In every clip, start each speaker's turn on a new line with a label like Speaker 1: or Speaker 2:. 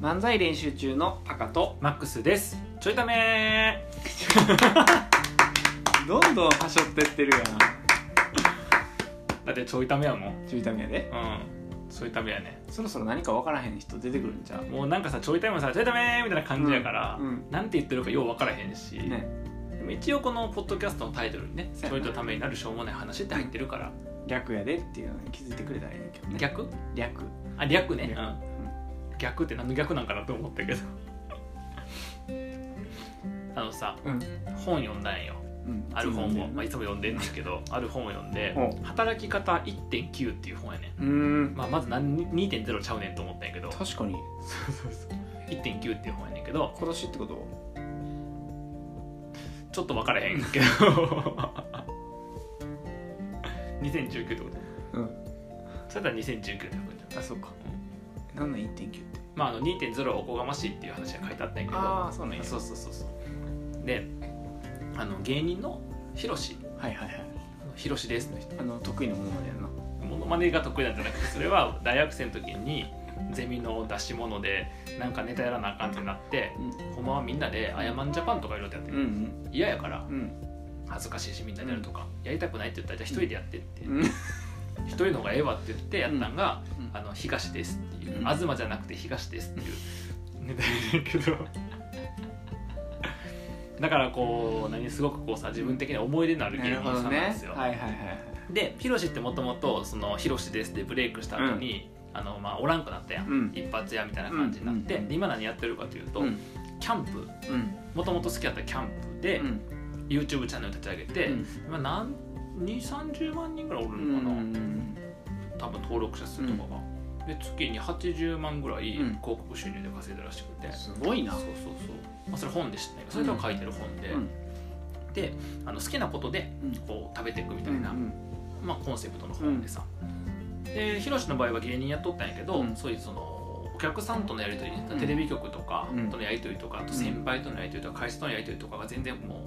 Speaker 1: 漫才練習中のパカと
Speaker 2: マックスですちょいため
Speaker 1: どんどんはしょってってるやな
Speaker 2: ーだってちょいためやもん
Speaker 1: ちょいためやで
Speaker 2: うんちょいためやね
Speaker 1: そろそろ何か分からへん人出てくるんちゃう
Speaker 2: もうなんかさちょいためもさちょいためーみたいな感じやから、
Speaker 1: うんうん
Speaker 2: なんて言ってるかよう分からへんし、
Speaker 1: ね
Speaker 2: でも一応このポッドキャストのタイトルにね「ち
Speaker 1: そうやな
Speaker 2: ょ
Speaker 1: い
Speaker 2: とためになるしょうもない話」って入ってるから、
Speaker 1: 略やでっていうのに気づいてくれたらいいんだけどね
Speaker 2: 逆
Speaker 1: 略
Speaker 2: あ略ね、
Speaker 1: 略
Speaker 2: うん逆って何の逆なんかなと思ったけど あのさ
Speaker 1: うん、
Speaker 2: 本読んだんよ
Speaker 1: うん、
Speaker 2: ある本を、まあ、
Speaker 1: う
Speaker 2: いつも読んでんですけどある本を読んで
Speaker 1: ほ
Speaker 2: 「働き方1.9」っていう本やね、
Speaker 1: ーん
Speaker 2: まあ、まず何2.0ちゃうねんと思ったんやけど
Speaker 1: 確かに
Speaker 2: 1.9っていう本やねんけど
Speaker 1: 今年ってこと
Speaker 2: ちょっと分 からへんけど2019ってこと
Speaker 1: うん
Speaker 2: それだったら2019ってこと
Speaker 1: あそうか何の1.9って
Speaker 2: まああの2.0はおこがましいっていう話が書いてあったんやけど
Speaker 1: あそうなん
Speaker 2: そうそうそうそうであの芸人のヒロシ
Speaker 1: はいはいはい
Speaker 2: ヒロシですの人
Speaker 1: あの得意なものまでやな
Speaker 2: モノマネが得意なんじゃなくてそれは大学生の時にゼミの出し物でなんかネタやらなあかんってなってほんまはみんなで「アヤマンジャパン」とかいろいろやって
Speaker 1: うんう
Speaker 2: る
Speaker 1: ん
Speaker 2: 嫌やから
Speaker 1: うん
Speaker 2: 恥ずかしいしみんなでやるとかやりたくないって言ったらじゃあ一人でやってって
Speaker 1: うん
Speaker 2: 一人の方がええわって言ってやったんが
Speaker 1: うん
Speaker 2: 「 あの東です」っていう
Speaker 1: うん
Speaker 2: 「東じゃなくて東です」っていうネタやねんけど だからこう何すごくこうさ自分的に思い出のある芸
Speaker 1: なる
Speaker 2: 人
Speaker 1: ほ
Speaker 2: さ
Speaker 1: ど
Speaker 2: んなん
Speaker 1: ね
Speaker 2: ですよ。
Speaker 1: はいはいはいはい
Speaker 2: でヒロシってもともと「ヒロシです」ってブレイクした後に、あのまあ、おらんくなったやん、
Speaker 1: うん
Speaker 2: 一発屋みたいな感じになって、
Speaker 1: うん
Speaker 2: で今何やってるかというと、
Speaker 1: うん
Speaker 2: キャンプ
Speaker 1: うん
Speaker 2: もともと好きだったキャンプで、
Speaker 1: うん
Speaker 2: YouTube チャンネル立ち上げて、
Speaker 1: うん
Speaker 2: 今何230万人ぐらいおる
Speaker 1: う
Speaker 2: のかな、
Speaker 1: ん
Speaker 2: 多分登録者数とかが、で月に80万ぐらい
Speaker 1: うん
Speaker 2: 広告収入で稼いだらしくて、
Speaker 1: すごいな
Speaker 2: そうそうそう、まあ、それ本でしたねそれとは書いてる本で、
Speaker 1: うん
Speaker 2: であの好きなことで
Speaker 1: うん
Speaker 2: こう食べていくみた
Speaker 1: う
Speaker 2: い
Speaker 1: ん
Speaker 2: な、まあ、コンセプトの本でさ、でヒロシの場合は芸人やっとったんやけど、
Speaker 1: うん
Speaker 2: そういうそのお客さんとのやり取り、
Speaker 1: うん
Speaker 2: テレビ局とか
Speaker 1: うん
Speaker 2: とのやり取りとかあと先輩とのやり取りとか会社とのやり取りとかが全然も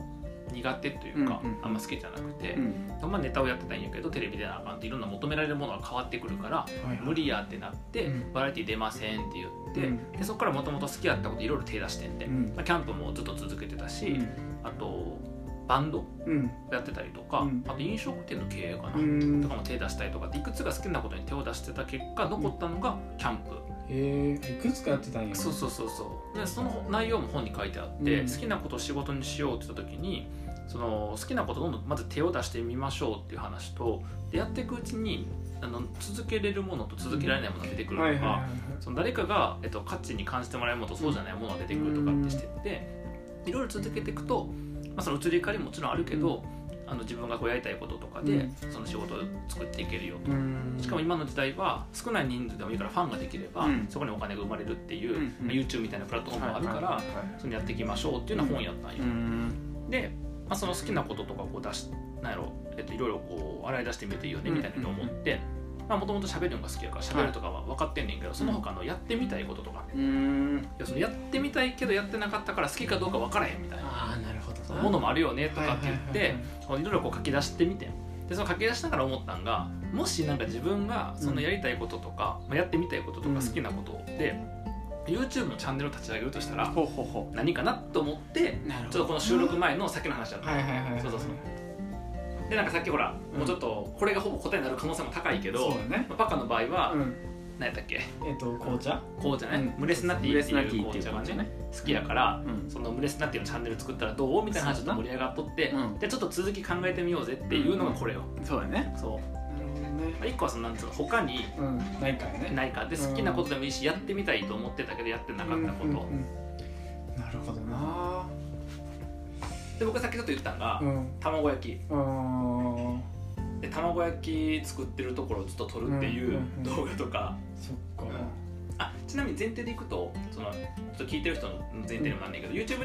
Speaker 2: う苦手というか、
Speaker 1: うんうん
Speaker 2: あんま好きじゃなくて
Speaker 1: う、ん
Speaker 2: まあ、ネタをやってたんやけどテレビ出なあかんっていろんな求められるものが変わってくるから無理やってなって、
Speaker 1: うん
Speaker 2: バラエティ出ませんって言って、
Speaker 1: うん
Speaker 2: でそこからもともと好きやったこといろいろ手出してんで、
Speaker 1: うん
Speaker 2: まあ、キャンプもずっと続けてたし、
Speaker 1: うん
Speaker 2: あとバンド
Speaker 1: うん
Speaker 2: やってたりとか、
Speaker 1: うん
Speaker 2: あと飲食店の経営かな、
Speaker 1: うん
Speaker 2: とかも手出したりとかっていくつか好きなことに手を出してた結果残ったのがキャンプ、
Speaker 1: えーいくつかやってたんや
Speaker 2: そうそうそうそうでその内容も本に書いてあって、
Speaker 1: うん
Speaker 2: 好きなことを仕事にしようって言った時にその好きなことどんどんまず手を出してみましょうっていう話とでやっていくうちにあの続けれるものと続けられないものが出てくるとか、
Speaker 1: はいはいはいはい
Speaker 2: その誰かが、えっと、価値に感じてもらえるものとそうじゃないものが出てくるとかってしてって、いろいろ続けていくと、まあ、その移り変わりももちろんあるけど、あの自分がこうやりたいこととかで、
Speaker 1: うん
Speaker 2: その仕事を作っていけるよと。
Speaker 1: うん
Speaker 2: しかも今の時代は少ない人数でもいいからファンができれば、
Speaker 1: うん
Speaker 2: そこにお金が生まれるっていう、
Speaker 1: うんうん
Speaker 2: まあ YouTube みたいなプラットフォームがあるから、
Speaker 1: はいはいはい
Speaker 2: それやっていきましょうっていうのは本やったんよ、
Speaker 1: うん
Speaker 2: で、まあ、その好きなこととかをこう出しなんやろ、えっと、いろいろこう洗い出してみるといいよねみたいなのを思ってもともと喋るのが好きやから喋るとかは分かってんねんけど、その他のやってみたいこととか、
Speaker 1: うん
Speaker 2: いやそのやってみたいけどやってなかったから好きかどうか分からへんみたいな
Speaker 1: ああなるほど
Speaker 2: そ
Speaker 1: な
Speaker 2: のものもあるよねとかって言って、
Speaker 1: はいはいいはいはい
Speaker 2: ろいろこう書き出してみてでその書き出しながら思ったんがもしなんか自分がそのやりたいこととか、まあやってみたいことと
Speaker 1: うん
Speaker 2: か好きなことで、YouTube のチャンネルを立ち上げるとしたら
Speaker 1: ほうほうほ
Speaker 2: 何かなと思って
Speaker 1: うなるほど
Speaker 2: ちょっとこの収録前のさっきの話だった、
Speaker 1: はいはいはいはい
Speaker 2: そうそうそうでなんかさっきほら、
Speaker 1: うん
Speaker 2: もうちょっとこれがほぼ答えになる可能性も高いけど、
Speaker 1: そうだね
Speaker 2: まあパカの場合は、
Speaker 1: うん
Speaker 2: 何やったっけ
Speaker 1: えっと紅茶
Speaker 2: こうじゃない、
Speaker 1: うん
Speaker 2: ムレスナティって
Speaker 1: ムレスナテ
Speaker 2: い
Speaker 1: ィっ
Speaker 2: う紅
Speaker 1: ていう
Speaker 2: 茶が
Speaker 1: 紅茶
Speaker 2: ね
Speaker 1: ね
Speaker 2: 好きやから、
Speaker 1: うん
Speaker 2: そのムレスナっていうのチャンネル作ったらどうみたいな話
Speaker 1: そう
Speaker 2: で
Speaker 1: だな
Speaker 2: 盛り上がっとって、
Speaker 1: うん
Speaker 2: でちょっと続き考えてみようぜっていうのがこれよ、
Speaker 1: そうだね
Speaker 2: そう、
Speaker 1: なるほどね
Speaker 2: まあ、1個はそのなんつうの他に
Speaker 1: うんないからね
Speaker 2: ないかで好きなことでもいいしやってみたいと思ってたけどやってなかったこと、
Speaker 1: うんうんうんなるほどな
Speaker 2: で僕さっきちょっと言ったのが、
Speaker 1: うん
Speaker 2: 卵焼
Speaker 1: うーん
Speaker 2: きで卵焼き作ってるところをずっと撮るっていう
Speaker 1: うんうんうん
Speaker 2: 動画とか、
Speaker 1: そっか
Speaker 2: あちなみに前提でいくとそのちょっと聞いてる人の前提にもなんだけど、YouTube チ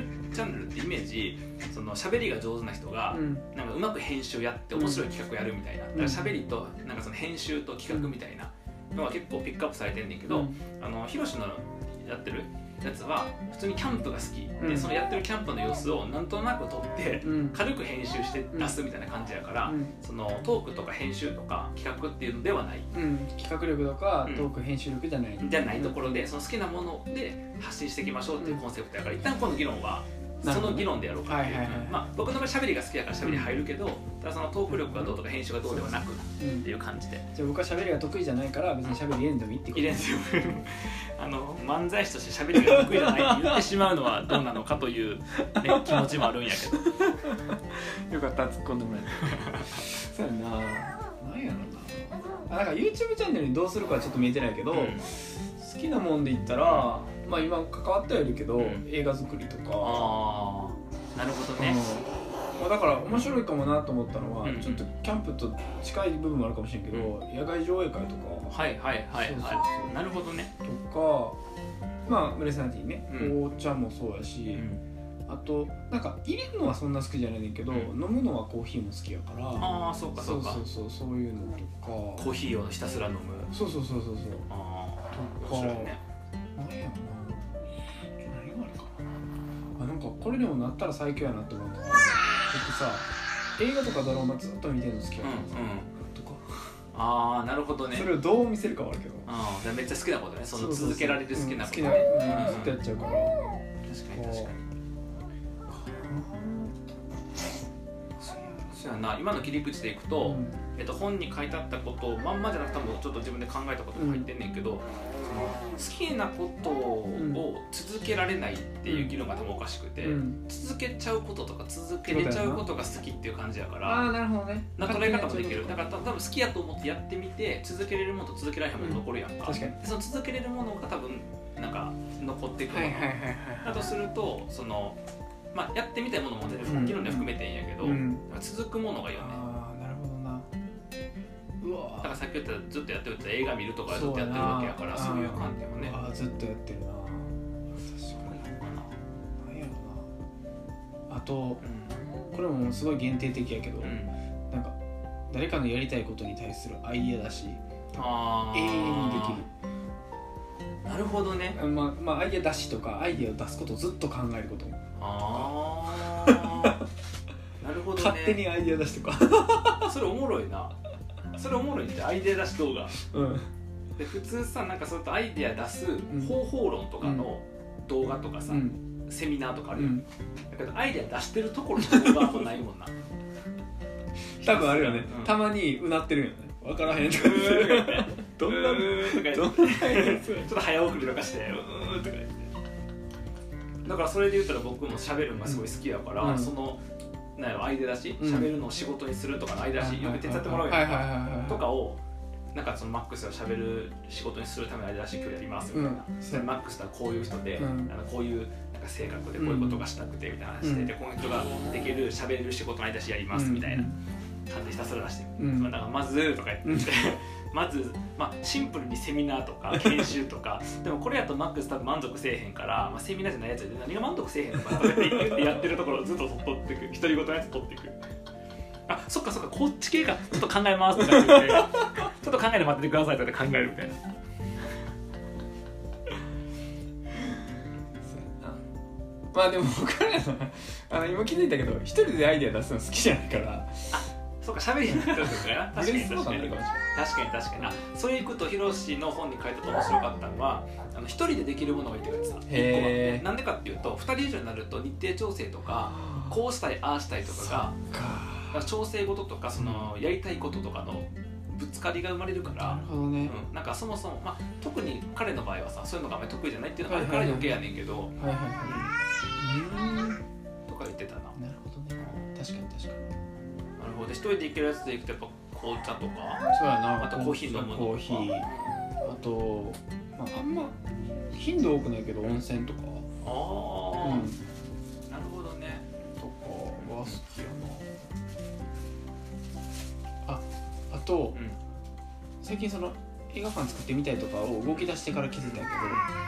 Speaker 2: ャンネルってイメージその喋りが上手な人が、
Speaker 1: うん
Speaker 2: なんかうまく編集やって面白い企画やるみたいな、だから喋りとなんかその編集と企画みたいなのは結構ピックアップされてんねんけど、
Speaker 1: うん
Speaker 2: あのヒロシのやってるやつは普通にキャンプが好き、
Speaker 1: う
Speaker 2: で
Speaker 1: ん
Speaker 2: そのやってるキャンプの様子をなんとなく撮って
Speaker 1: うん
Speaker 2: 軽く編集して出すみたいな感じやから、
Speaker 1: うん
Speaker 2: そのトークとか編集とか企画っていうのではない
Speaker 1: うん企画力とか、
Speaker 2: うん
Speaker 1: トーク編集力じゃない
Speaker 2: じゃないところでその好きなもので発信していきましょうっていうコンセプトやから一旦この議論は
Speaker 1: なる
Speaker 2: そ
Speaker 1: ほど
Speaker 2: の議論でやろうかっていう、
Speaker 1: はいはいはい
Speaker 2: まあ、僕の場合喋りが好きやから喋り入るけどただそのトーク力がどうとか編集がどうではなくっ
Speaker 1: うん
Speaker 2: ていう感じで
Speaker 1: じゃあ僕は喋りが得意じゃないから別に喋りえんでもいいってこと
Speaker 2: 入れんすよ あの漫才師として喋りが得意じゃないって言ってしまうのはどうなのかという、ね、気持ちもあるんや けど
Speaker 1: よかった突っ込んでもらえて そうやななんやろなあなんか YouTube チャンネルにどうするかはちょっと見えてないけど、
Speaker 2: うん
Speaker 1: 好きなもんで言ったら、まあ今関わってはいるけど、
Speaker 2: うん
Speaker 1: 映画作りとか、
Speaker 2: ああなるほどね、
Speaker 1: うんまあ、だから面白いかもなと思ったのは、
Speaker 2: うん
Speaker 1: ちょっとキャンプと近い部分もあるかもしれんけど、
Speaker 2: う
Speaker 1: 野外上映会とか
Speaker 2: はいはいはい
Speaker 1: そうそう
Speaker 2: は
Speaker 1: そう
Speaker 2: いなるほどね、
Speaker 1: とかまあムレサンティね、
Speaker 2: うん
Speaker 1: 紅茶もそうや
Speaker 2: う
Speaker 1: し、
Speaker 2: ん、
Speaker 1: あとなんか入れるのはそんな好きじゃないねんけど、
Speaker 2: うん
Speaker 1: 飲むのはコーヒーも好きやから
Speaker 2: ああそうかそ
Speaker 1: そう
Speaker 2: うか
Speaker 1: そうそうそういうのとか
Speaker 2: コーヒーをひたすら飲む
Speaker 1: そうそうそうそうそう
Speaker 2: ああ
Speaker 1: とか
Speaker 2: 面白いね
Speaker 1: なんやろな何があるかなあなんかこれでもなったら最強やなって思うのは僕さ映画とかドラマずっと見てるの好きや
Speaker 2: う
Speaker 1: からさ、
Speaker 2: んうん
Speaker 1: とか
Speaker 2: ああなるほどね
Speaker 1: それをどう見せるかはあるけど
Speaker 2: ああめっちゃ好きなことねそ
Speaker 1: そ
Speaker 2: の
Speaker 1: うそうそう
Speaker 2: 続けられる好きなこと
Speaker 1: うん
Speaker 2: ね
Speaker 1: 好きな、
Speaker 2: う
Speaker 1: うんん、ずっとやっちゃうから
Speaker 2: 確かに確かにそうやな今の切り口でいくと、
Speaker 1: うん
Speaker 2: えっと、本に書いてあったことをまんまじゃなくてもちょっと自分で考えたことも入ってんねんけど、その好きなことを続けられないっていう議論が多分おかしくて、
Speaker 1: うん
Speaker 2: 続けちゃうこととか続けれちゃうことが好きっていう感じやから
Speaker 1: ああなるほどね
Speaker 2: なんか捉え方もできるだ
Speaker 1: 勝
Speaker 2: から多分好きやと思ってやってみて続けれるものと続けられへんもの残るやんか,、
Speaker 1: うん確かに
Speaker 2: でその続けれるものが多分なんか残っていく
Speaker 1: 手
Speaker 2: の
Speaker 1: にやっちゃうとかはいはいはい
Speaker 2: だとするとその、まあ、やってみたいものも全
Speaker 1: う
Speaker 2: 然
Speaker 1: ん
Speaker 2: 議論では含めていいんやけど、
Speaker 1: はいうん
Speaker 2: だから続くものがいいよね
Speaker 1: ああなるほどなうわ
Speaker 2: だ
Speaker 1: ー
Speaker 2: からさっき言ったずっとやってるって映画見るとかずっとやってるわけやからそう
Speaker 1: そうやな
Speaker 2: いう観点もね
Speaker 1: ああずっとやってるな確かに何やろなあとこれもすごい限定的やけど、
Speaker 2: うんうん
Speaker 1: なんか誰かのやりたいことに対するアイデアだし
Speaker 2: あ
Speaker 1: 永遠にできる
Speaker 2: るなるほどね
Speaker 1: あまあまあアイデア出しとかアイデアを出すことをずっと考えること、
Speaker 2: あ あなるほどね
Speaker 1: 勝手にアイデア出しと か
Speaker 2: それおもろいなそれおもろいってアイデア出し動画
Speaker 1: うん
Speaker 2: で普通さなんかそうやってアイデア出す方法論とかの動画とかさ、
Speaker 1: うん
Speaker 2: セミナーとかあ
Speaker 1: う
Speaker 2: るやん、
Speaker 1: ん
Speaker 2: だけどアイデア出してるところの動画はもうないも んな
Speaker 1: 多分あるよね、
Speaker 2: うん
Speaker 1: たまにうなってるよね分からへんと
Speaker 2: う
Speaker 1: か
Speaker 2: ーとか言って
Speaker 1: どんな
Speaker 2: うーとか言
Speaker 1: ど
Speaker 2: っ
Speaker 1: ん
Speaker 2: て
Speaker 1: なアイデ アする
Speaker 2: ちょっと早送りとかしてうーとか言ってだからそれで言ったら僕も喋るのがすごい好きやから、
Speaker 1: うん
Speaker 2: そのなんやろアイデア出し
Speaker 1: うん
Speaker 2: 喋るのを仕事にするとかのアイデア出しよく手伝ってもらうや
Speaker 1: は
Speaker 2: ん
Speaker 1: いはいはいはい
Speaker 2: とかをなんかそのマックスがしゃべる仕事にするためのあれらしい今日やりますみたいな、
Speaker 1: うん
Speaker 2: それマックスとはこういう人で、
Speaker 1: うん
Speaker 2: あのこういうなんか性格でこういうことがしたくてみたいな話で,、
Speaker 1: うん
Speaker 2: でこの人ができるしゃべる仕事の間しやりますみたいな感じでひたすら出してる、
Speaker 1: うん
Speaker 2: まあだからまずとか言って、 まず、まあ、シンプルにセミナーとか研修と かでもこれやとマックス多分満足せえへんから、まあ、セミナーじゃないやつで何が満足せえへんのかなとかって言ってやってるところをずっと取ってく独り言のやつ取ってくあそっかそっかこっち系かちょっと考えますとか言って ちょっと考えて待っててくださいとかで考えるみたいな
Speaker 1: まあでも僕らのあの今気づいたけど一人でアイデア出すの好きじゃないから
Speaker 2: そうか喋りになってるんですから確かに確かに
Speaker 1: ブレスとかになるかもし
Speaker 2: 確かに確かにあそういうことヒロシの本に書いてて面白かったのはあの一人でできるものがいいって書いてた
Speaker 1: へー
Speaker 2: 一個はなんでかっていうと二人以上になると日程調整とかこうしたいああしたいとかが
Speaker 1: うか
Speaker 2: だから調整事とかそのやりたいこととかのぶつかりが生まれるか
Speaker 1: な
Speaker 2: ら
Speaker 1: る、ほどね、
Speaker 2: うん、なんかそもそも、まあ、特に彼の場合はさそういうのがあんまり得意じゃないっていうのがあるから
Speaker 1: はいはい
Speaker 2: 余
Speaker 1: はい
Speaker 2: 計やねんけど
Speaker 1: はいはいはいうん
Speaker 2: とか言ってたな
Speaker 1: なるほどね確かに確かに
Speaker 2: なるほどで一人で行けるやつで行くとやっぱ紅茶とか
Speaker 1: そうやな
Speaker 2: あとコーヒー飲むのとか
Speaker 1: コーヒーあと、まあ、あんま頻度多くないけど温泉とか
Speaker 2: あ
Speaker 1: う
Speaker 2: あ、
Speaker 1: ん
Speaker 2: なるほどね
Speaker 1: とかは好きやなああと
Speaker 2: うん
Speaker 1: 最近その映画館作ってみたいとかを動き出してから気づいたんやけど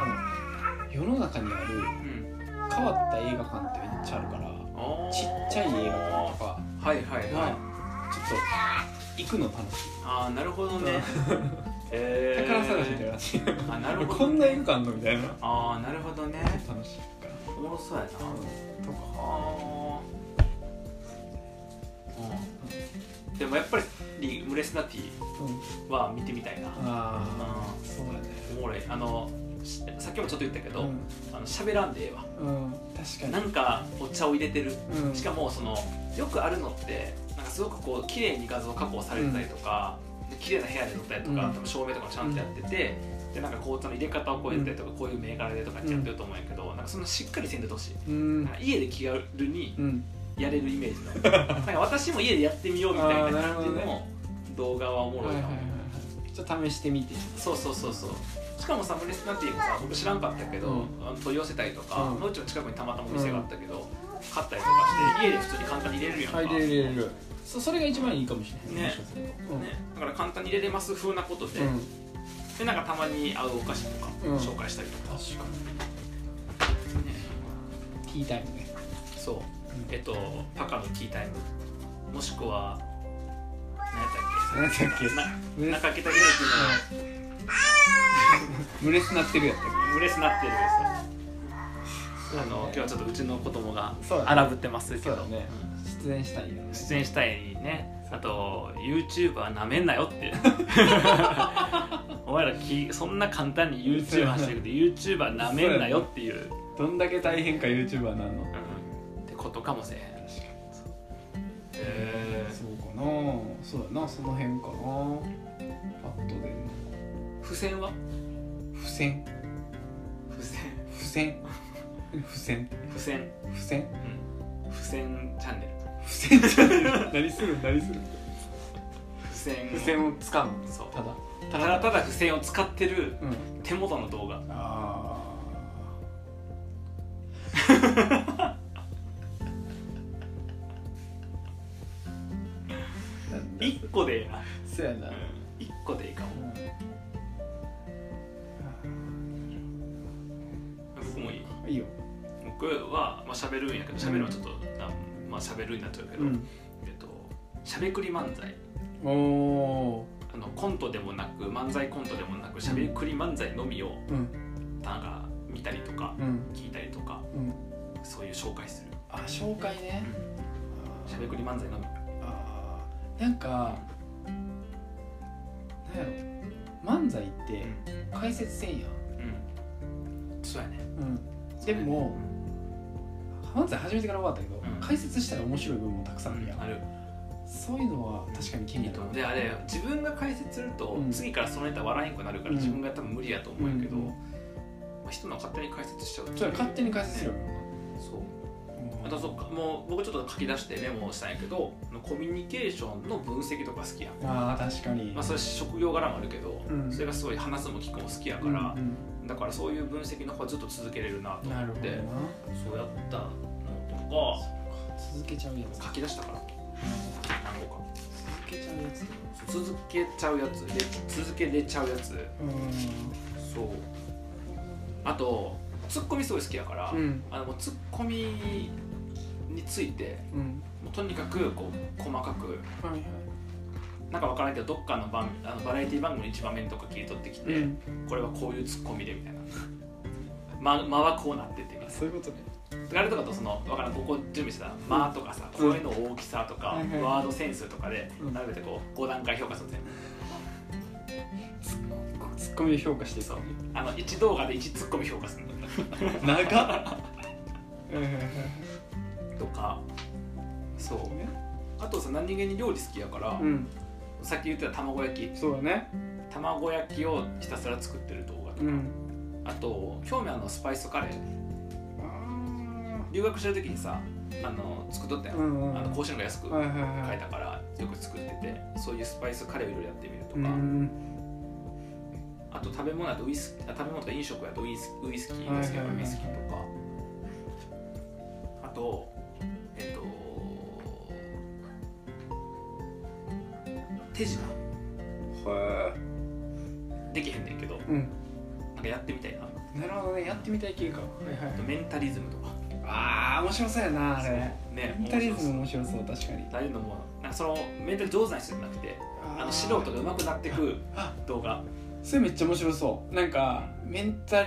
Speaker 1: あの世の中にある
Speaker 2: うん
Speaker 1: 変わった映画館ってめっちゃあるから
Speaker 2: あー
Speaker 1: ちっちゃい映画館とか
Speaker 2: はいはいはい
Speaker 1: はちょっと行くの楽しい
Speaker 2: ああなるほどねへ
Speaker 1: 宝探しみたいならしい
Speaker 2: あなるほど、
Speaker 1: こんな映画館あんのみたいな
Speaker 2: ああなるほどね
Speaker 1: 楽しいから
Speaker 2: おもろそうやな
Speaker 1: とか
Speaker 2: あーうんでもやっぱりムレスナティ
Speaker 1: うん
Speaker 2: は見てみたいな、うん、
Speaker 1: ああそうだね
Speaker 2: おもろいあのしさっきもちょっと言ったけど、
Speaker 1: うん
Speaker 2: あの喋らんでええわ
Speaker 1: うん確かに
Speaker 2: なんかお茶を入れてる
Speaker 1: うん
Speaker 2: しかもそのよくあるのってなんかすごくこう綺麗に画像加工されてたりとか、で綺麗な部屋で撮ったりとか、
Speaker 1: うん
Speaker 2: 多分照明とかもちゃんとやってて、でなんか紅茶の入れ方をこうやったりとか、こういう銘柄でとかってやってると思うんやけど、なんかそんなしっかりせんでてほしい、
Speaker 1: うん
Speaker 2: なんか家で気軽に
Speaker 1: うん
Speaker 2: やれるイメージのなんか私も家でやってみようみたいな感じ
Speaker 1: あーなるほど
Speaker 2: の動画はおも
Speaker 1: は
Speaker 2: ろ
Speaker 1: い
Speaker 2: い
Speaker 1: はい
Speaker 2: か
Speaker 1: は
Speaker 2: も、
Speaker 1: いはいちょっと試してみて
Speaker 2: そうそうそうそうしかもサムレスなんていうかさ僕知らんかったけど、
Speaker 1: うん
Speaker 2: あの問い合わせたりとか、
Speaker 1: う
Speaker 2: うんのうちの近くにたまたまお店があったけど、買ったりとかして家で普通に簡単に入れるやんか、
Speaker 1: 入れる入れるそそれが一番いいかもしれない
Speaker 2: ねね、だから簡単に入れれます風なことで,、
Speaker 1: うんうん
Speaker 2: でなんかたまに合うお菓子とか
Speaker 1: うん
Speaker 2: 紹介したりとか、
Speaker 1: 確か
Speaker 2: ね
Speaker 1: にティータイムね
Speaker 2: そうえっとパカのティータイムもしくは何やったっけ
Speaker 1: 何やったっ け
Speaker 2: な
Speaker 1: ムレス
Speaker 2: 中桁ゲルっていう
Speaker 1: ムレスなってるやったっ
Speaker 2: のは
Speaker 1: け
Speaker 2: ムレスなってるですあの今日はちょっとうちの子供が
Speaker 1: そうだね
Speaker 2: 荒ぶってますけ
Speaker 1: そう
Speaker 2: ど
Speaker 1: だね
Speaker 2: うん
Speaker 1: 出演したいよね
Speaker 2: 出演したいねあと YouTuber なめんなよって お前らきそんな簡単に YouTuber してるけど YouTuber なめんなよっていう、
Speaker 1: どんだけ大変か YouTuber なの
Speaker 2: うんってことかもしれへんへ
Speaker 1: 確かに
Speaker 2: え
Speaker 1: そうかなそうだなその辺かなパッと出る
Speaker 2: 付箋は
Speaker 1: の付箋
Speaker 2: 付箋
Speaker 1: 付箋付箋
Speaker 2: 付箋
Speaker 1: 付箋
Speaker 2: うん付箋チャンネル
Speaker 1: 付箋じゃねえ 何する何する
Speaker 2: 付箋を
Speaker 1: 付箋を使うの
Speaker 2: そう
Speaker 1: ただ
Speaker 2: ただただ付箋を使ってる
Speaker 1: うん
Speaker 2: 手元の動画
Speaker 1: ああ
Speaker 2: 一個でええな
Speaker 1: そうやな、うん
Speaker 2: うん一個でいいかも僕もいい
Speaker 1: あーいいよ、
Speaker 2: 僕は、まあ、喋るんやけど喋るのはちょっと、なまあ、喋るになっちゃうけど、
Speaker 1: うん、
Speaker 2: えっと、しゃべくり漫才
Speaker 1: おお
Speaker 2: あのコントでもなく漫才コントでもなくしゃべくり漫才のみを
Speaker 1: ーうん
Speaker 2: なんか見たりとか
Speaker 1: うん
Speaker 2: 聞いたりとか
Speaker 1: うん
Speaker 2: そういう紹介する
Speaker 1: あ紹介ねあー
Speaker 2: しゃべくり漫才のみ
Speaker 1: あーなんかなんやろ漫才って解説せんやん、
Speaker 2: うんそうやね
Speaker 1: うん、でも漫才始めてから終わったけど、
Speaker 2: うん
Speaker 1: 解説したら面白い部分もたくさんあるやん、
Speaker 2: ある
Speaker 1: そういうのは確かに気
Speaker 2: い
Speaker 1: に
Speaker 2: い
Speaker 1: な
Speaker 2: と
Speaker 1: る
Speaker 2: 思うであれ自分が解説すると、
Speaker 1: うん
Speaker 2: 次からそのネタ笑えんくなるから、
Speaker 1: うん
Speaker 2: 自分が多分無理やと思うんやけど、
Speaker 1: うん
Speaker 2: まあ、人の勝手に解説しちゃう
Speaker 1: それ勝手に解説するよ、
Speaker 2: そう
Speaker 1: うん
Speaker 2: あとそうかもう僕ちょっと書き出してメモをしたんやけどあのコミュニケーションの分析とか好きやん
Speaker 1: あー確かに、
Speaker 2: まあ、それ職業柄もあるけど、
Speaker 1: うん
Speaker 2: それがすごい話すのも聞くのも好きやか
Speaker 1: うん
Speaker 2: ら
Speaker 1: う、ん
Speaker 2: だからそういう分析の方はずっと続けれるなと
Speaker 1: な
Speaker 2: 思
Speaker 1: る
Speaker 2: っ
Speaker 1: ほど
Speaker 2: て
Speaker 1: な
Speaker 2: そうやったのと
Speaker 1: 続けちゃうやつ
Speaker 2: か書き出したから何個か
Speaker 1: 続けちゃうやつ
Speaker 2: そう続けちゃうやつで続けれちゃうやつ
Speaker 1: う
Speaker 2: そうあとツッコミすごい好きやから、
Speaker 1: んうん
Speaker 2: あのもうツッコミについて
Speaker 1: うん
Speaker 2: もうとにかくこう細かく
Speaker 1: はいはい
Speaker 2: なんか分からんけどどっかの番あのバラエティ番組の一場面とか切り取ってきて、
Speaker 1: うん
Speaker 2: これはこういうツッコミでみたいな 間間はこうなっててみたい
Speaker 1: そういうことね
Speaker 2: なあれとかとそのわからんここ準備してた「間」とかさ
Speaker 1: うん
Speaker 2: 声の大きさとか、
Speaker 1: はいはい
Speaker 2: ワードセンスとかで
Speaker 1: うん
Speaker 2: 並べてこう5段階評価するみたい
Speaker 1: ツッコミを評価して
Speaker 2: そうなあの1動画で1ツッコミ評価するんだ
Speaker 1: 長っ
Speaker 2: とかそうあとさ何気に料理好きやから、
Speaker 1: うん
Speaker 2: さっき言ってた卵焼き
Speaker 1: そうだね
Speaker 2: 卵焼きをひたすら作ってる動画と
Speaker 1: う
Speaker 2: か、
Speaker 1: ん
Speaker 2: あと興味あるのはスパイスカレー
Speaker 1: あ
Speaker 2: 留学してる時にさあの作っとったや
Speaker 1: ー
Speaker 2: ん、
Speaker 1: うんうん
Speaker 2: あの甲子園が安く
Speaker 1: は
Speaker 2: 買
Speaker 1: いはいは
Speaker 2: え
Speaker 1: い
Speaker 2: たからよく作っててそういうスパイスカレーをいろいろやってみると
Speaker 1: う
Speaker 2: か、
Speaker 1: ん
Speaker 2: あと食べ物だとウイスキーあ食べ物とか飲食やとウイスウイスキー
Speaker 1: はいは
Speaker 2: で
Speaker 1: い
Speaker 2: すけど
Speaker 1: はい
Speaker 2: ウイスキーとかあとえっと手品
Speaker 1: は
Speaker 2: できへんねんけど
Speaker 1: うん
Speaker 2: なんかやってみたいな
Speaker 1: なるほどねやってみたい系かはいは
Speaker 2: あとメンタリズムとか
Speaker 1: ああ面白そうやなあれ
Speaker 2: そうね
Speaker 1: メンタリズム
Speaker 2: 面白そう
Speaker 1: 面白そう確かに
Speaker 2: だけどもなんかそのメンタル上手な人じゃなくてあの素人が上手くなってく
Speaker 1: あ
Speaker 2: 動画
Speaker 1: それめっちゃ面白そうなんかメンタ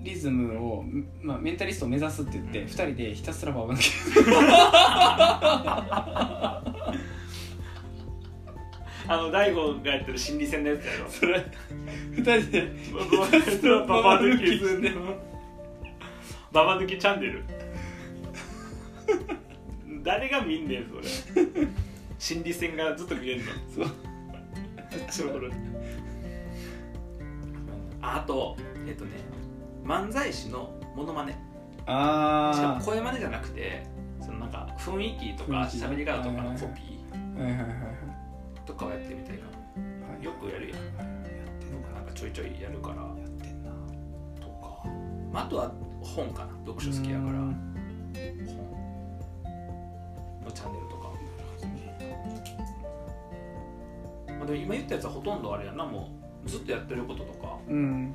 Speaker 1: リズムを、まあ、メンタリストを目指すって言って
Speaker 2: うん
Speaker 1: 2人でひたすらババ抜き
Speaker 2: あの大悟がやってる心理戦のやつやろ
Speaker 1: それ2人で
Speaker 2: ババ抜きすんでババ抜きチャンネル誰が見んねんそれ心理戦がずっと見れるの
Speaker 1: そう
Speaker 2: そういうことああとえっとね漫才師のモノマネしか
Speaker 1: あ
Speaker 2: も声マネじゃなくてそのなんか雰囲気とか
Speaker 1: 雰囲気
Speaker 2: 喋り方とか
Speaker 1: はいは
Speaker 2: の
Speaker 1: い
Speaker 2: コ
Speaker 1: はい
Speaker 2: ピ
Speaker 1: あはいはいはいは
Speaker 2: ーとかをやってみたいかない
Speaker 1: はい
Speaker 2: よくやるや
Speaker 1: やっ
Speaker 2: ん
Speaker 1: てんのかな
Speaker 2: なんかちょいちょいやるから
Speaker 1: やってんな
Speaker 2: とか、まあ、あとは本かな読書好きやから
Speaker 1: うん
Speaker 2: 本のチャンネルとか、まあ、でも今言ったやつはほとんどあれやなもうずっとやってることとか
Speaker 1: うん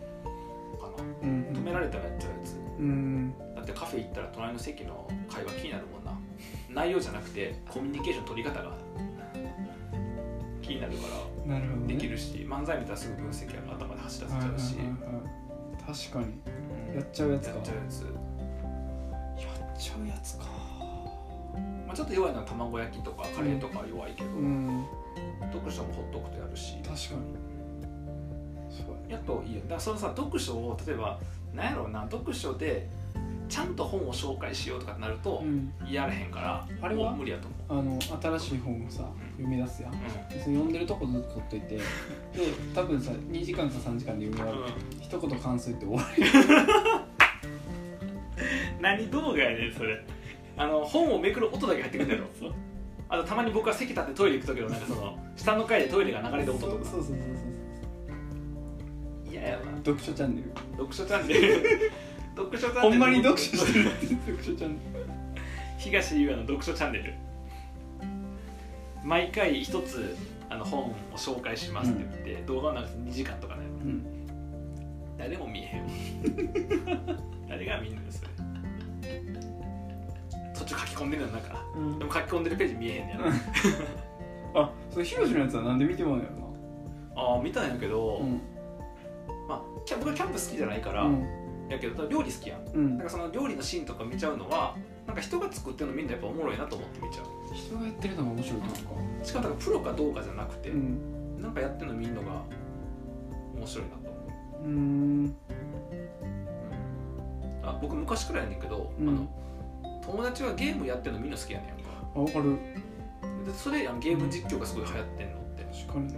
Speaker 2: か
Speaker 1: う
Speaker 2: な止め
Speaker 1: ん
Speaker 2: られたらやっちゃうやつ
Speaker 1: うん
Speaker 2: だってカフェ行ったら隣の席の会話気になるもんな内容じゃなくてコミュニケーション取り方が気になるから
Speaker 1: なるほどね
Speaker 2: できるし、漫才見たらすぐ分析やから頭で走らせ
Speaker 1: はい
Speaker 2: ち
Speaker 1: はい
Speaker 2: ゃ
Speaker 1: は
Speaker 2: うし、
Speaker 1: いはい確かに
Speaker 2: うん
Speaker 1: やっちゃうやつ
Speaker 2: や
Speaker 1: か
Speaker 2: っちゃうやつ、
Speaker 1: やっちゃうやつか
Speaker 2: まあ、ちょっと弱いのは卵焼きとかカレーとかは弱いけど、
Speaker 1: うん
Speaker 2: 読書もほっとくとやるし
Speaker 1: 確かにそう
Speaker 2: やっといいよだからそのさ読書を例えばなんやろうな読書でちゃんと本を紹介しようとかってなる
Speaker 1: や
Speaker 2: と
Speaker 1: ね、うん
Speaker 2: やれへんから
Speaker 1: あれは
Speaker 2: もう無理やと思
Speaker 1: あ
Speaker 2: う、
Speaker 1: の新しい本をさ読み出すやん
Speaker 2: うん
Speaker 1: でその読んでるとこずっと取っとい てで多分さ2時間か3時間で読み終わる、一言感想言って終わ
Speaker 2: 何動画やねんそれあの本をめくる音だけ入ってくるやろ
Speaker 1: そう
Speaker 2: あとたまに僕は席立ってトイレ行く時のなんか その下の階でトイレが流れ
Speaker 1: り
Speaker 2: る音とか
Speaker 1: そうそうそうそう
Speaker 2: 嫌ややわ
Speaker 1: 読書チャンネル
Speaker 2: 読書チャンネ ル読書チャンネル
Speaker 1: ほんまに読書してる 読書チャンネ
Speaker 2: 東優也の読書チャンネル毎回一つあの本を紹介しますって言って、動画はなくて2時間とかね
Speaker 1: ル、うん、
Speaker 2: 誰も見えへん誰が見んのよそれ途中書き込んでるのなんかでも書き込んでるページ見えへんねやろ
Speaker 1: あそれヒロシのやつはなんで見てもらうのや
Speaker 2: ああ見たんやけど、
Speaker 1: ろな
Speaker 2: まあキャ僕はキャンプ好きじゃないから、
Speaker 1: うん
Speaker 2: やけど料理好きやん
Speaker 1: う
Speaker 2: なんんかその料理のシーンとか見ちゃうのはなんか人が作ってるのみんなやっぱおもろいなと思って見ちゃう
Speaker 1: 人がやってるのが面白いと思うか
Speaker 2: しかもなんかプロかどうかじゃなくて、
Speaker 1: うん
Speaker 2: なんかやってるの見るのが面白いなと思う
Speaker 1: うん
Speaker 2: あ僕昔からやねんけど、
Speaker 1: うん
Speaker 2: あの友達はゲームやってるのみんな好きやねんか
Speaker 1: あ分かる
Speaker 2: でそれやんゲーム実況がすごい流行ってんのって
Speaker 1: 確かに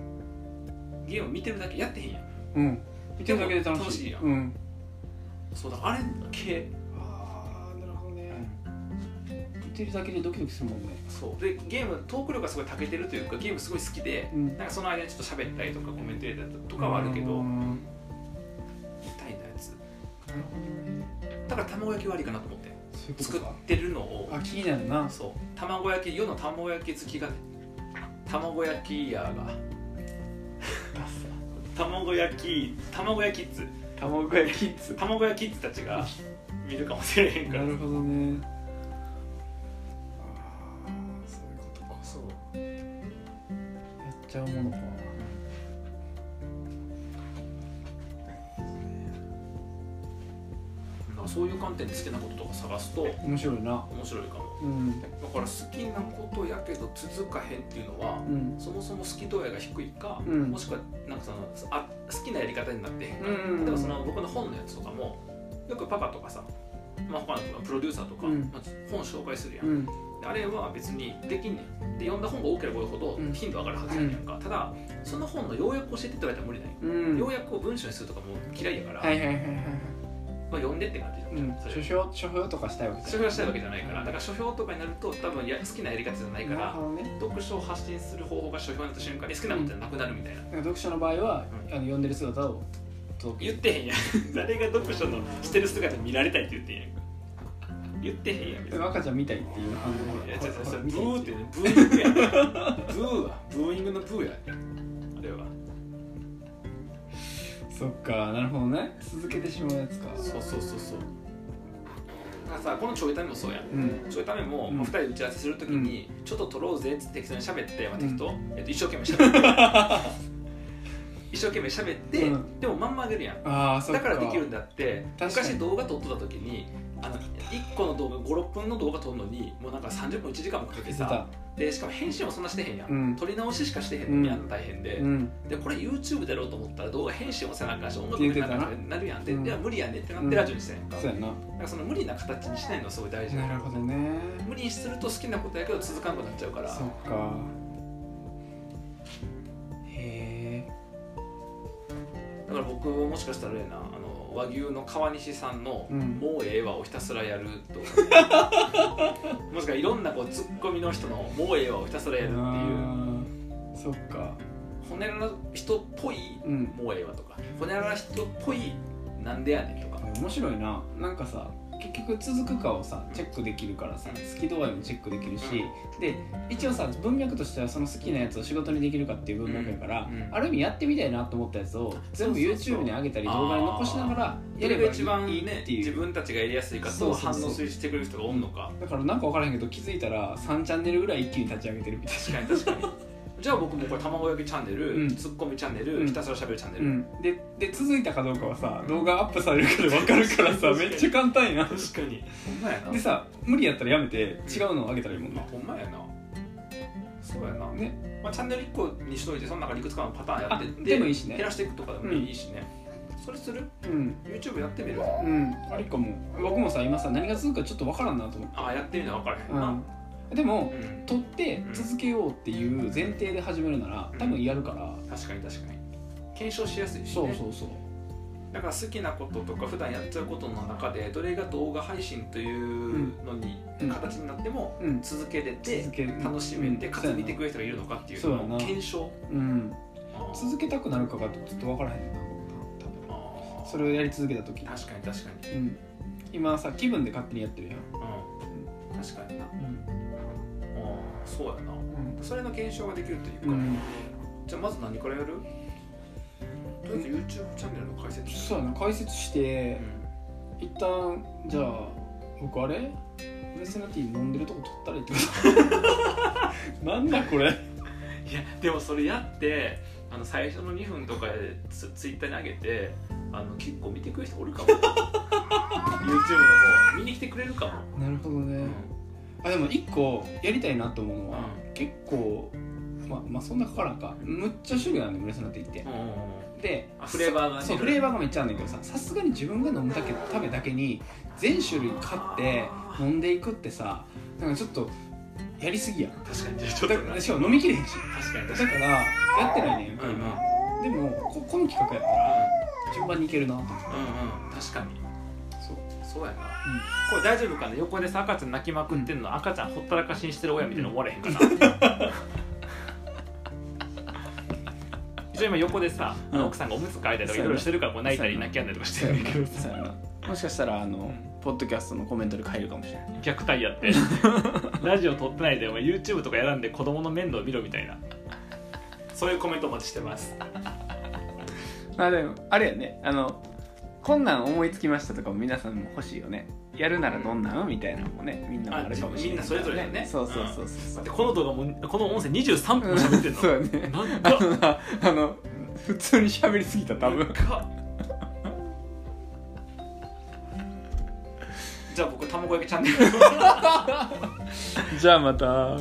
Speaker 2: ゲーム見てるだけやってへんやん
Speaker 1: うん見てるだけで楽しい
Speaker 2: 楽しいやん
Speaker 1: うん
Speaker 2: そうだあれ系
Speaker 1: ああなるほどね見てるだけでドキドキするもんね
Speaker 2: そうでゲームトーク力がすごい長けてるというかゲームすごい好きで
Speaker 1: うん
Speaker 2: なんかその間にちょっと喋ったりとかコメント入れたりとかはあるけど
Speaker 1: う
Speaker 2: み
Speaker 1: ん
Speaker 2: たいなやつ
Speaker 1: なるほどね
Speaker 2: だから卵焼きはありかなと思って
Speaker 1: そういうこ
Speaker 2: 作
Speaker 1: と
Speaker 2: っ
Speaker 1: か
Speaker 2: てるのを
Speaker 1: あ気になるな
Speaker 2: そう卵焼き世の卵焼き好きが卵焼きやが卵焼き卵焼きキッズ
Speaker 1: 卵焼きキッズ
Speaker 2: 卵焼きキッズたちが見るかもしれへんか
Speaker 1: な
Speaker 2: ら
Speaker 1: るほどねああそういうことか
Speaker 2: そう
Speaker 1: やっちゃうものか
Speaker 2: なんかそういう観点で好きなこととか探すと面
Speaker 1: 面白いな
Speaker 2: 白いかも
Speaker 1: うん
Speaker 2: だから好きなことやけど続かへんっていうのは
Speaker 1: うん
Speaker 2: そもそも好き度合いが低いか、
Speaker 1: うん
Speaker 2: もしくはなんかそのあ好きなやり方になってへんか、
Speaker 1: うん
Speaker 2: でもその僕の本のやつとかもよくパパとかさ、まあ、他の人がプロデューサーとか、
Speaker 1: うん
Speaker 2: まあ本紹介するやん、
Speaker 1: うん
Speaker 2: であれは別にできんねんで読んだ本が多ければ多いほど
Speaker 1: うん
Speaker 2: 頻度上がるはずやねんか、ただその本の要約を教えてって言われたら無理ない、
Speaker 1: うん
Speaker 2: 要約を文章にするとかも嫌いやから、
Speaker 1: はいはいはいはいはい
Speaker 2: まあ、読んでって感じだ
Speaker 1: うん
Speaker 2: そ
Speaker 1: 書
Speaker 2: れ
Speaker 1: 評書評とかしたいわけ
Speaker 2: 書評したいわけじゃないから
Speaker 1: うん
Speaker 2: だから書評とかになると多分や好きなやり方じゃないか
Speaker 1: なる
Speaker 2: ら
Speaker 1: ほどね
Speaker 2: 読書を発信する方法が書評になった瞬間に好きなことじゃなくなるみたいな、
Speaker 1: なんか読書の場合は、
Speaker 2: うん
Speaker 1: あの読んでる姿を届け
Speaker 2: 言ってへんやん 誰が読書のしてる姿見られたいって言ってんやんか言ってへんやん別に
Speaker 1: 赤ちゃんみたいっていう反応
Speaker 2: いやちょっとそれブ
Speaker 1: 見たい
Speaker 2: ーってね ブーイングやんブーはブーイングのブーやあれは
Speaker 1: そっかなるほどね続けてしまうやつか
Speaker 2: そうそうそうそうだからさこのちょいためもそうやん
Speaker 1: うん
Speaker 2: ちょいためも、
Speaker 1: うん
Speaker 2: まあ、2人で打ち合わせするときに、 ちょっと撮ろうぜっつって適当に喋って、まあ、適当、えっと、一生懸命喋って一生懸命喋って、
Speaker 1: うん
Speaker 2: でもまんまあげるやん
Speaker 1: ああそっ
Speaker 2: だ
Speaker 1: か
Speaker 2: からできるんだって
Speaker 1: 確かに
Speaker 2: 昔動画撮ってた時にあの1個の動画56分の動画撮るのにもうなんか30分1時間もかけて
Speaker 1: 出て
Speaker 2: さ
Speaker 1: た
Speaker 2: でしかも編集もそんなしてへんやん、
Speaker 1: うん
Speaker 2: 撮り直ししかしてへんのにやん大変で、
Speaker 1: うん
Speaker 2: でこれ YouTube だろうと思ったら動画編集もせなあかんし音楽もせなあかんし
Speaker 1: 言うて
Speaker 2: なるやんで、
Speaker 1: うん
Speaker 2: いや無理やねってなってラジオにしたやんか,、
Speaker 1: そうやな
Speaker 2: なんかその無理な形にしないのはすごい大事だよ
Speaker 1: なるほどね
Speaker 2: 無理にすると好きなことやけど続かなくなっちゃうから
Speaker 1: そっかへえ
Speaker 2: だから僕もしかしたらねなあの和牛の川西さんの
Speaker 1: うん
Speaker 2: 「もうええわ」をひたすらやると もしくはいろんなこうツッコミの人の「もうええわ」をひたすらやるっていう
Speaker 1: うそっか
Speaker 2: 骨の人っぽい
Speaker 1: うん
Speaker 2: 「もうええわ」とか骨の人っぽい「なんでやねん」とか
Speaker 1: 面白いななんかさ結局続くかをさ
Speaker 2: うん
Speaker 1: チェックできるからさ
Speaker 2: うん
Speaker 1: 好き度合いもチェックできるし、で一応さ文脈としてはその好きなやつを仕事にできるかっていう文脈やから、
Speaker 2: うんうん
Speaker 1: ある意味やってみたいなと思ったやつを全部
Speaker 2: そうそうそう
Speaker 1: YouTube に上げたり動画に残しながらやれ
Speaker 2: どれが
Speaker 1: ば
Speaker 2: 一番
Speaker 1: いい
Speaker 2: ね
Speaker 1: ってい
Speaker 2: 自
Speaker 1: う
Speaker 2: 分たちがやりやすいか
Speaker 1: そ
Speaker 2: と
Speaker 1: うそ
Speaker 2: 反
Speaker 1: うそう
Speaker 2: 応してくれる人がおんのか
Speaker 1: だからなんか分からへんけど気づいたら3チャンネルぐらい一気に立ち上げてるみたい
Speaker 2: 確かに確かに じゃあ僕もこれ卵焼きチャンネル、
Speaker 1: うん
Speaker 2: ツッコミチャンネ
Speaker 1: う
Speaker 2: ル
Speaker 1: ん
Speaker 2: ひたすら喋るチャンネル、
Speaker 1: な、でで続いたかどうかはさ
Speaker 2: うん
Speaker 1: 動画アップされるから分かるからさ
Speaker 2: 確か
Speaker 1: め
Speaker 2: に
Speaker 1: っちゃ簡単やな
Speaker 2: 確かにほんまやな
Speaker 1: でさ無理やったらやめて違うのを上げたらいいもん
Speaker 2: ま
Speaker 1: ね
Speaker 2: あ、ほんまやなそうやな、
Speaker 1: ね
Speaker 2: まあ、チャンネル1個にしといてその中にいくつかのパターンやってっ
Speaker 1: あ
Speaker 2: て
Speaker 1: でもいいしね
Speaker 2: 減らしていくとかでもいいしね、それする
Speaker 1: うん
Speaker 2: YouTube やってみる
Speaker 1: うんありかも僕もさ今さ何が続くかちょっと分からんなと思って、
Speaker 2: ああやってみるの分からへんな、
Speaker 1: うん、でも
Speaker 2: うん
Speaker 1: 撮って続けようっていう前提で始めるなら多分やるから、
Speaker 2: 確かに確かに検証しやすいし、ね、
Speaker 1: そうそうそう
Speaker 2: だから好きなこととか普段やっちゃうことの中でどれが動画配信というのに、
Speaker 1: うん
Speaker 2: 形になっても
Speaker 1: うん
Speaker 2: 続けれて
Speaker 1: 続ける
Speaker 2: 楽しめて、
Speaker 1: うん
Speaker 2: かつ見てくれる人がいるのかっていう
Speaker 1: そうや
Speaker 2: の
Speaker 1: な
Speaker 2: の検証
Speaker 1: うん
Speaker 2: あー
Speaker 1: 続けたくなるかがちょっと分からへんな多分
Speaker 2: あー
Speaker 1: それをやり続けた時
Speaker 2: 確かに確かに、
Speaker 1: うん今さ気分で勝手にやってるやん、
Speaker 2: うん、確かになあ
Speaker 1: うん
Speaker 2: ーそうやなそれの検証ができるというか、
Speaker 1: うん
Speaker 2: じゃあまず何からやるとりあえず YouTube チャンネルの解説
Speaker 1: そうやな解説し
Speaker 2: う
Speaker 1: て
Speaker 2: ん、
Speaker 1: 一旦じゃあ僕あれレスナティー飲んでるとこ撮ったらいいってこと なんだこれ
Speaker 2: いやでもそれやってあの最初の2分とかでツツイッターに上げてあの結構見てくれる人おるか も YouTube の方見に来てくれるかも、
Speaker 1: なるほど
Speaker 2: う
Speaker 1: ね
Speaker 2: ん
Speaker 1: あでも一個やりたいなと思うのは、結構まあまあそんなかからんかむっちゃ種類あるねムレスナティーって
Speaker 2: うんうんうん
Speaker 1: で
Speaker 2: あフレーバーがね
Speaker 1: そうフレーバーがめっちゃあるんだけどささすがに自分が飲むだけためだけに全種類買って飲んでいくってさなんかちょっとやりすぎやん
Speaker 2: 確かにちょっと
Speaker 1: だ
Speaker 2: な
Speaker 1: か
Speaker 2: 確
Speaker 1: らしかも飲みきれへんし
Speaker 2: かに
Speaker 1: だ
Speaker 2: 確か
Speaker 1: からやってないねん
Speaker 2: に
Speaker 1: か
Speaker 2: うんうんうんうん
Speaker 1: 今、でもここの企画やったら順番にいけるなと思って
Speaker 2: うん確かに
Speaker 1: そう
Speaker 2: そうやな、これ大丈夫かな横でさ赤ちゃん泣きまくってんの、赤ちゃんほったらかしにしてる親みたいな思われへんかな 一応今横でさ、
Speaker 1: うん
Speaker 2: 奥さんがおむつ替えたりと
Speaker 1: そうやない
Speaker 2: かろいろしてるからこう泣いた
Speaker 1: そうや
Speaker 2: り
Speaker 1: な
Speaker 2: 泣きやんだりとかしてるんだけどさ
Speaker 1: そうやなもしかしたらあの、
Speaker 2: うん
Speaker 1: ポッドキャストのコメントで変えるかもしれない
Speaker 2: 虐待やって ラジオ撮ってないでお前 YouTube とか選んで子供の面倒見ろみたいなそういうコメントお待ちしてます
Speaker 1: あでもあれやねあのこんなん思いつきましたとかも皆さんも欲しいよねやるならどんなんみたいなのもねみんなもあるかもしれない
Speaker 2: あ自分みんなそれぞれだよね
Speaker 1: そうそうそうそ
Speaker 2: だ
Speaker 1: う
Speaker 2: ってこの動画もこの音声23分喋ってんの、
Speaker 1: そうやね
Speaker 2: なん
Speaker 1: あ
Speaker 2: か
Speaker 1: のな あの普通に喋りすぎた多
Speaker 2: 그
Speaker 1: 分
Speaker 2: じゃあ僕卵焼きチャンネル
Speaker 1: じゃあまた。